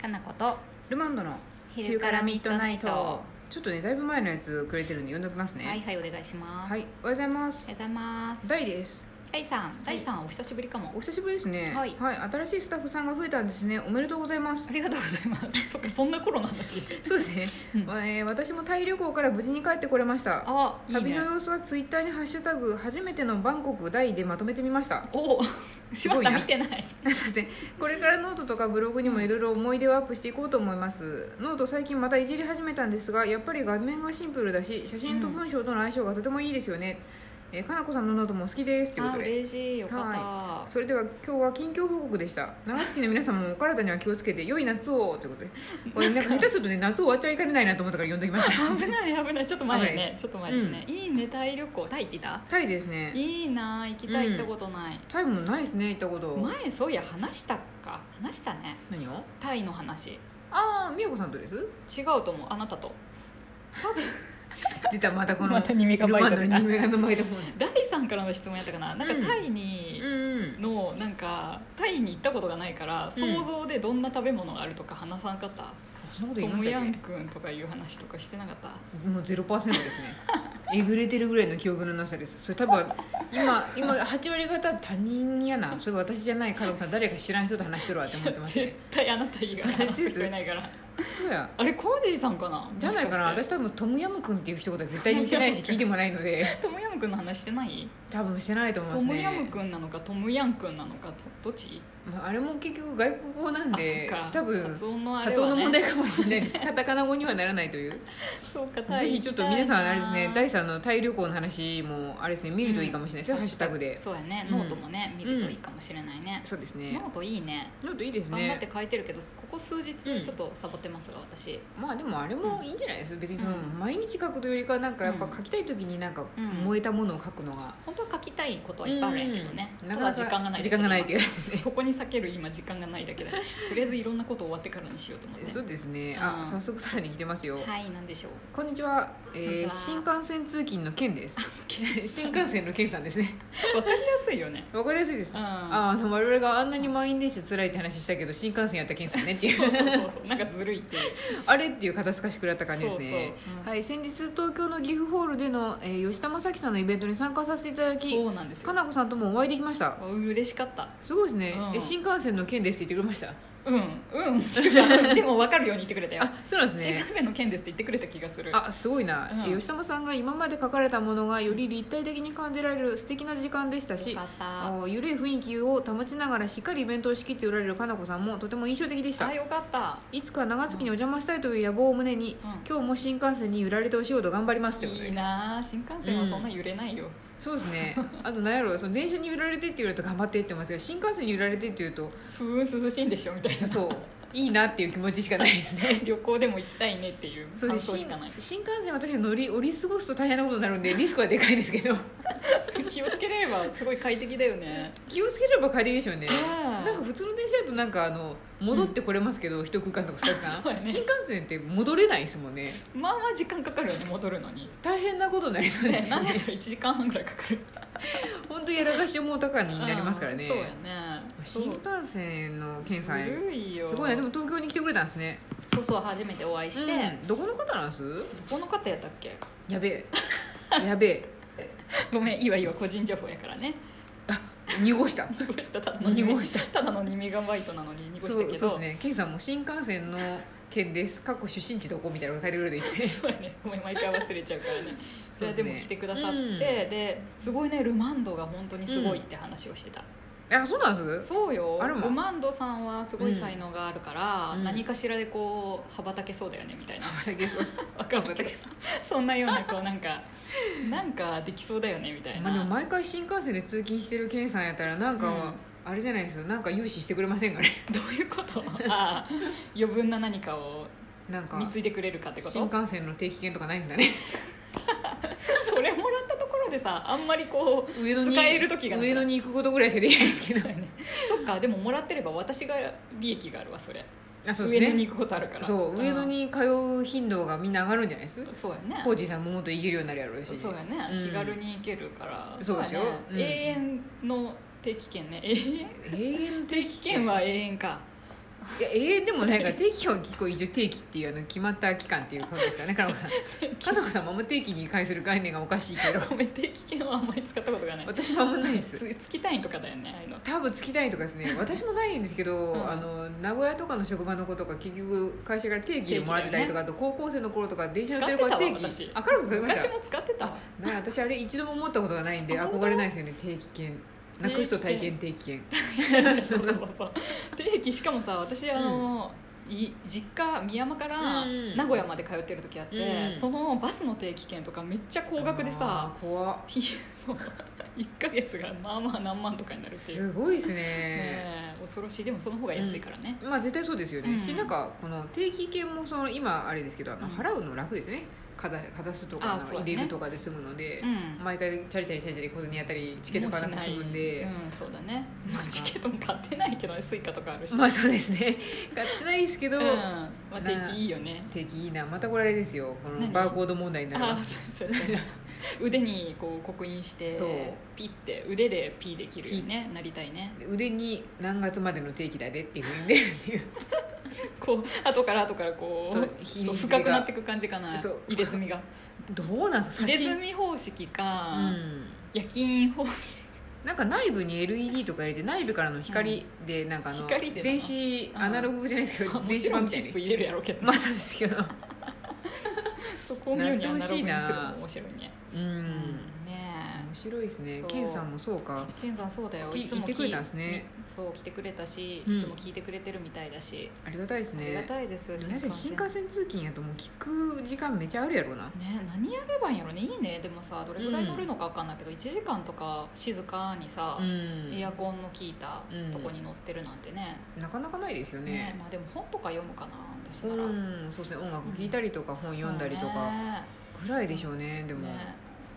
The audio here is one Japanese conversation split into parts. かなことルマンドの昼からミッドナイトちょっとねだいぶ前のやつくれてるんで読んでおきますねはいはいお願いします、はい、おはようございまおすはようございます大です大さん大さんお久しぶりかもお久しぶりですねはい新しいスタッフさんが増えたんですねおめでとうございますありがとうござい ますそっかそんな頃の話そうですね、うんえー私もタイ旅行から無事に帰ってこれまし たあいいね旅の様子はツイッターにハッシュタグ初めてのバンコク大でまとめてみましたおおしまっごいたな見てない すいませんこれからノートとかブログにもいろいろ思い出をアップしていこうと思いますノート最近またいじり始めたんですがやっぱり画面がシンプルだし写真と文章との相性がとてもいいですよね、えーかなこさんのノートも好きですというこあとで嬉しいよかった、それでは今日は近況報告でした長月の皆さんもお体には気をつけて良い夏をということでこれなんか下手するとね夏終わっちゃいかねないなと思ったから呼んでき ました危ない危ないちょっと前だ危ないねですちょっと前ですね、いいねタイ旅行タイ行ってたタイですねいいな行きたい行ったことない、タイもないですね行ったこと前そういや話したか話したね何をタイの話違ああ美代子さんとですうと思うあなたと出たまたこのまた二メガルバイマトンドの2メガの 前だもん第さんからの質問やったかななんかうんタイにうんのなんかタイに行ったことがないからうん想像でどんな食べ物があるとか話さんかった、そんなこトと言いまムしたヤ っンくんとかいう話とかしてなかったけもうゼロパーセントですねえぐれてるぐらいの記憶のなさですそれ多分今今8割方他人やなそれ私じゃない加藤さん誰か知らん人と話してるわって思ってま す絶ね対あなた以外私話してくれないから そうやあれコージーさんかなじゃないかなもし私多分トムヤムクンっていう一言は絶対に言ってないし聞いてもないのでしてトムヤムくんの話してない多分してないと思いまトすねムヤムくんなのかトムヤンくんなのかどどっちまあ、あれも結局外国語なんであそっか多分発音のあれはね発音の問題かもしれないですカタカナ語にはならないというそうかタイぜひちょっと皆さんあれですね行きたいな第3のタイ旅行の話もあれですね見るといいかもしれないですよ、ハッシュタグでそうやねうんノートもね、見るといいかもしれないね、そうですねノートいいねノートいいです頑張ねって書いてるけどここ数日うんちょっとサボってますが私、まあでもあれもいいんじゃないです別にそのうん毎日書くというよりかなんかやっうぱん書きたい時になんかうん燃えたものを書くのが本当は書きたいことはいっぱいあるんやけどね、うんたなだかなか時間がない時間がないっていう今やつですね そこに避ける今時間がないだけでとりあえずいろんなこと終わってからにしようと思ってそうですねあうん早速さらに来てますよはいなんでしょうこんにちはこんにちえーは新幹線通勤のケンです新幹線のケンさんですねわかりやすいよねわかりやすいですうんああその我々があんなに満員電車辛いって話したけど新幹線やったケンさんねってい うそうそうそうそうなんかずるいっていうあれっていう肩透かし食らった感じですねそうそううんはい先日東京の岐阜ホールでの、えー吉田正樹さんのイベントに参加させていただきそうなんですかよなこさんともお会いできました嬉しかったすごいですね、うんえ新幹線の件ですって言ってくれましたうんうんでも分かるように言ってくれたよあそうなんです新ね幹線の件ですって言ってくれた気がするあすごいな、うんえ吉玉さんが今まで書かれたものがより立体的に感じられる素敵な時間でしたしよかったあゆるい雰囲気を保ちながらしっかりイベントを仕切っておられるかなこさんもとても印象的でしたあよかったいつか長月にお邪魔したいという野望を胸に、うん今日も新幹線に揺られてお仕事頑張りますということいでいなあ新幹線はそんな揺れないよ、そうですねあと何やろうその電車に揺られてって言われると頑張ってって思いますけど新幹線に揺られてって言うとふーん涼しいんでしょみたいなそういいなっていう気持ちしかないですね旅行でも行きたいねっていうそう感です想新しかない 新幹線は確かに乗り降り過ごすと大変なことにな るんでリスクはでかいですけど気をつければすごい快適だよね気をつければ快適でしょうねうんなんか普通の電車だとなんかあの戻ってこれますけど、一空間とか二 空そう間、やね新幹線って戻れないですもんねまあまあ時間かかるよね戻るのに大変なことになりそうでねすよなんだっねたら1時間半ぐらいかかる本当やらかしもお高になりますからね、うんそうやね新幹線の検査ずるいよすごいねでも東京に来てくれたんですねそうそう初めてお会いして、うんどこの方なんですどこの方やったっけやべえやべえごめんいいわいいわ個人情報やから ね濁した濁したただの二濁したただの2メガバイトなのに濁したそけうどそうですねケンさんも新幹線の件ですかっこ出身地どこみたいなのが書いてくれてい てそうやねごめん毎回忘れちゃうからねそ そうれですでねも来てくださって、うんですごいねルマンドが本当にすごいって話をしてた、あそうなんですそうよあらまルマンドさんはすごい才能があるから、うん何かしらでこう羽ばたけそうだよねみ たいなわかかんんなないいけけどど そんなようなこうなんかなんかできそうだよねみたいまあ、でもな毎回新幹線で通勤してるケンさんやったらなんか、うんあれじゃないですよなんか融資してくれませんかねどういうことああ余分な何かをなんか貢いでくれるかってこと新幹線の定期券とかないんですかね それもらったところでさあんまりこう上野 に使える時がなくな上い野に行くことぐらいしかできないです けどそっかでももらってれば私が利益があるわそれあそうです上野にね行くことあるからそう上野んに通う頻度がみんな上がるんじゃないですそうやねコージーさんももっと行けるようになるやろうしそうやね、うん気軽に行けるからそうですよやねうん永遠の定期券ね永遠 永遠の定定期期券券は永遠かいや永遠でもないから定期表期こう一応定期っていうあの決まった期間っていうことですかね加 藤さん加藤さんもあんま定期に関する概念がおかしいけどごめん定期券はあんまり使ったことがない私もあんまないでつす月単位とかだよねああいうの多分月単位とかですね私もないんですけど、うんあの名古屋とかの職場の子とか結局会社から定期でもらってたりとか、あと高校生の頃とか電車乗ってる子は定期使ってたわ私あ彼女使いまし昔たも使ってたわな私あれ一度も思ったことがないんであ本当憧れないですよね定期券なくすと体験定期券 そうそうそう定期しかもさ私あの、い実家宮山からうん名古屋まで通ってる時あって、うんそのバスの定期券とかめっちゃ高額でさあー怖っいやそう1か月がまあまあ何万とかになるっていう、ねすごいですねえ、恐ろしいでもその方が安いからね、まあ絶対そうですよね、うんしなんかこの定期券もその今あれですけどあのうん払うの楽ですよねかざかざすとかあそうだね入れるとかで済むので、うん毎回チャリチャリチャリチャリ小銭やったりチケット買わなくて済むんでもうしないうん、そうだね、まあ、チケットも買ってないけどねスイカとかあるし、まあそうですね買ってないですけど、うんまあ、定期いいよね定期いいなまたこれあれですよこの何バーコード問題になるあわーそうそうそう腕にこう刻印してそうピッて腕でピーできるよねなりたいね 腕に何月までの定期だで っていうふうに出るっていうこう後から後からこうそそううひみつが深くなっていく感じかなそう入れ墨がどうなんですか入写れ真、墨方式うか、ん、夜勤方式なんか内部に LED とか入れて内部からの光でなんかあの、光でな電子アナログじゃないですけど、も電ち子ろ版んみたチいップに入れるやろうけど、まあそうですけどそこを見るにアナログにするのも面白いねうんうんね面白いですねそうケンさんもそうかえ健さんそうだよきいつも言ってくれたんですねきそう来てくれたし、うんいつも聞いてくれてるみたいだし、ありがたいですありがねたいですよ皆さん新幹線通勤やともう聞く時間めちゃあるやろうなね、何やればいいんやろねいいねでもさどれぐらい乗るのか分かんないけど、1時間とか静かにさ、うんエアコンの効いたとこに乗ってるなんてね,、なかなかないですよねねまあでも本とか読むかな私なら、うんそうですね音楽聴いたりとか本読んだりとかかぐらいでしょうねででも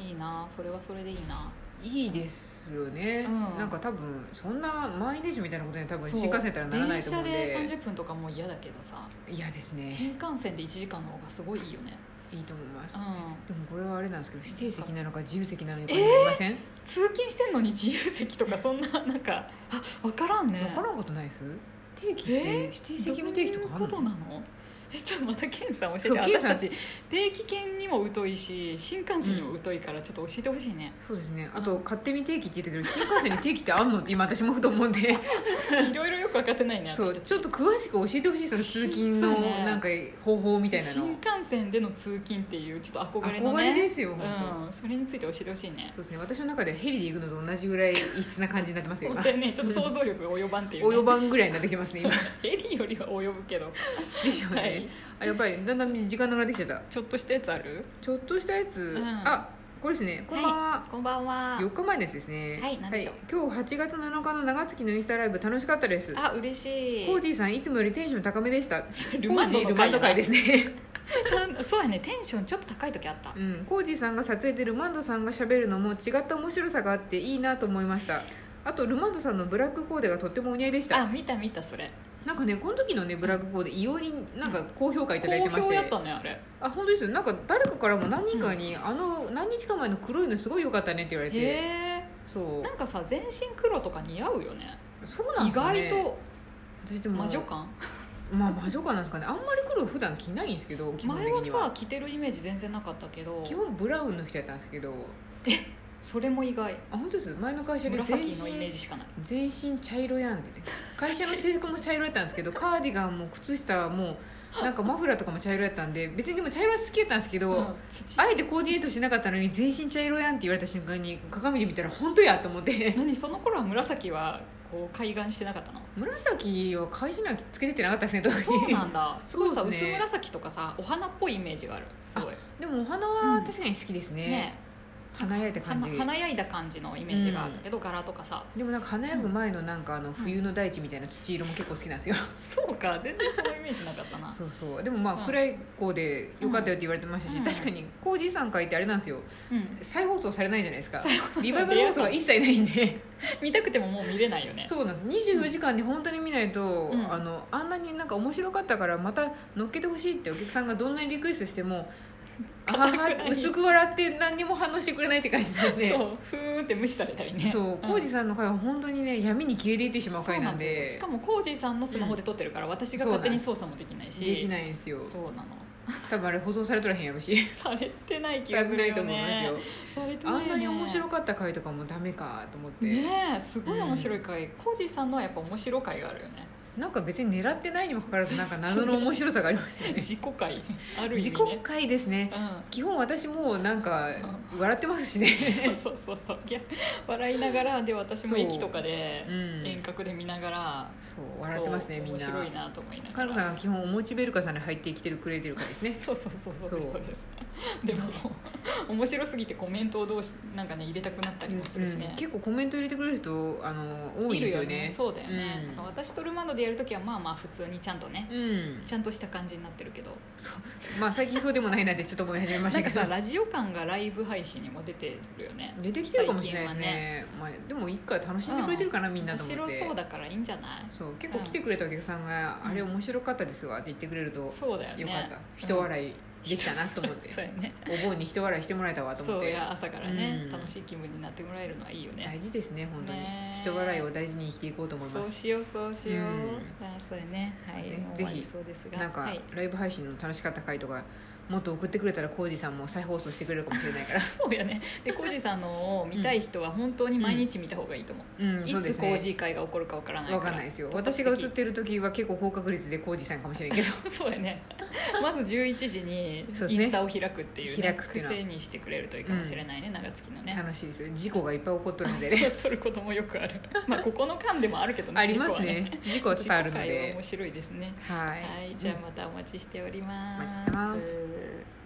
いいなそれはそれでいいないいですよねうんなんか多分そんな満員電車みたいなことには多分そう新幹線やったらならないと思うん電車でで30分とかもう嫌だけどさ、いやですね新幹線で1時間の方がすごいいいよね、いいと思いますうん、でもこれはあれなんですけど指定席なのか自由席なのかになりません、通勤してんのに自由席とかそんななんかあ分からんね分からんことないです定期ってえー指定席の定期とかあんどういうことのなのえちょっとまたケンさん教そうえてケン私さんたち定期券にも疎いし新幹線にも疎いからちょっと教えてほしいね、そうですねあと勝手に定期って言ったけど新幹線に定期ってあんのって今私もふと思う んでいろいろよく分かってないねそ私うたちちょっと詳しく教えてほしいその通勤そうのねなんか方法みたいな新の幹線での通勤っていうちょっと憧れの憧ねれですよ本当、うん、それについて教えてほしいねそうですね私の中ではヘリで行くのと同じぐらい異質な感じになってますよ本今 当にねちょっと想像力が及ばんっていう、ね、及 ばんぐらいになってきてますね今ヘリよりは及ぶけどでしょうね、はいあやっぱりだんだん時間なくなってきちゃったちょっとしたやつあるちょっとしたやつ、うんあこれですねこんばんは、いこんばんは4日前のやつですねはい何でしょ今日8月7日の長月のインスタライブ楽しかったですあ嬉しいコージーさんいつもよりテンション高めでしたルマンドコージーのルマンド会会ですね そうやねテンションちょっと高い時あったうんコージーさんが撮影でルマンドさんが喋るのも違った面白さがあっていいなと思いましたあとルマンドさんのブラックコーデがとってもお似合いでしあた見た見たそれなんかねこの時のねブラックコーデ異様になんか高評価いただい好てまし評てだったねあれあ本当ですよなんか誰かからも何人かに、あの何日か前の黒いのすごい良かったねって言われてへそえなんかさ全身黒とか似合うよねうそうなんで意すかね外と私でも魔女感まあ魔女感なんですかねあんまり黒普段着ないんですけど基本前は的にはさ着てるイメージ全然なかったけど基本ブラウンの人やったんですけどそれも意外あ本当です前の会社で全紫のイメー身ジしかない全身茶色やんって言って会社の制服も茶色やったんです けどカーディガンも靴下もなんかマフラーとかも茶色やったんで別にでも茶色は好きやったんですけど、うん土あえてコーディネートしてなかったのに全身茶色やんって言われた瞬間に鏡で見たら本当やと思って 何その頃は紫はこう開眼してなかったの紫は会社にはつけてってなかったですね特にそうなんだすごいさ、そうです薄ね紫とかさお花っぽいイメージがあるすごいでもお花は確かに好きですね,、ね華やいた感花じ華やいだ感じのイメージがあったけど柄とかさでもなんか華やぐ前のなんかあの冬の大地みたいな土色も結構好きなんですよ、そうか全然そのイメージなかったなそうそうでもまうあん暗い子でよかったよって言われてましたし、うん確かにコージーさん会ってあれなんですようん再放送されないじゃないですかリバイバル放送が一切ないんで見たくてももう見れないよねそうなんです24時間に本当に見ないと、うん あのあんなになんか面白かったからまた乗っけてほしいってお客さんがどんなにリクエストしてもあはは薄く笑って何にも反応してくれないって感じだよねそうふーんって無視されたりねそう浩ん二さんの回は本当にね闇に消えていってしまう回なんそうですよでしかもコージーさんのスマホで撮ってるから、私が勝手に操作もできないしできないいんですよそうなの 多分あれ保存されとらへんやろしされてない気やがってすなるいとよ思いますねよされてない あねんなに面白かった回とかもダメかと思って、ねえすごい面白い回、コージーさんのはやっぱ面白い回があるよねなんか別に狙ってないにもかかわらずなんか謎の面白さがありますよね自己回 ある意味ね自己回ですねうん 基本私もうなんか笑ってますしねそうそうそうそういや笑いながらで私も駅とかでそううん遠隔で見ながら、そう笑ってますねそうみんな面白いなと思いながカらノさんが基本おもちベルカさんに入ってきてるくれてるからですねそうそうそうそうですそそううですでも面白すぎてコメントをどうしなんかね入れたくなったりもするしうねん、、結構コメント入れてくれる人あの多いですよねるそうだよね、うんなんか私とルマンドでやるときはまあまあ普通にちゃんとね、うんちゃんとした感じになってるけどそうまあ最近そうでもないなってちょっと思い始めましなたんけかどさラジオ感がライブ配信にも出てるよね出てきてるかもしれないですねまあ、でも一回楽しんでくれてるかな、みんな面と思っ白てそうだからいいんじゃないそう結構来てくれたお客さんが「うんあれ面白かったですわ」って言ってくれるとよかそうだよねった、人笑いできたなと思っうんて、そうやねお盆に人笑いしてもらえたわと思っそうてや朝からね、うん楽しい気分になってもらえるのはいいよね大事ですね本当に、ね人笑いを大事に生きていこうと思いそうますしようそうしよう、うんあそうやねはいそうですねもうぜ終わひりそうですがなんか、はい、ライブ配信の楽しかった回とかもっと送ってくれたら浩二さんも再放送してくれるかもしれない からそうやねでコージーさんのを見たい人は本当に毎日見た方がいいと思う、うんいそうでつすコーねジー会が起こるかわからないからわかんないですよ私が映ってる時は結構高確率で浩二さんかもしれんけど そうやねまず11時にインそうですねスタを開くっていう,、ね開くっていうのは癖にしてくれるといいかもしれないね、長月のね楽しいですよ事故がいっぱい起こってるんでね撮ることもよくある まあここの間でもあるけどねあります事ね事故故はは多ね々ある事の故会はで面白いですねはいはい、じゃあまたお待ちしております。。お待ちしてます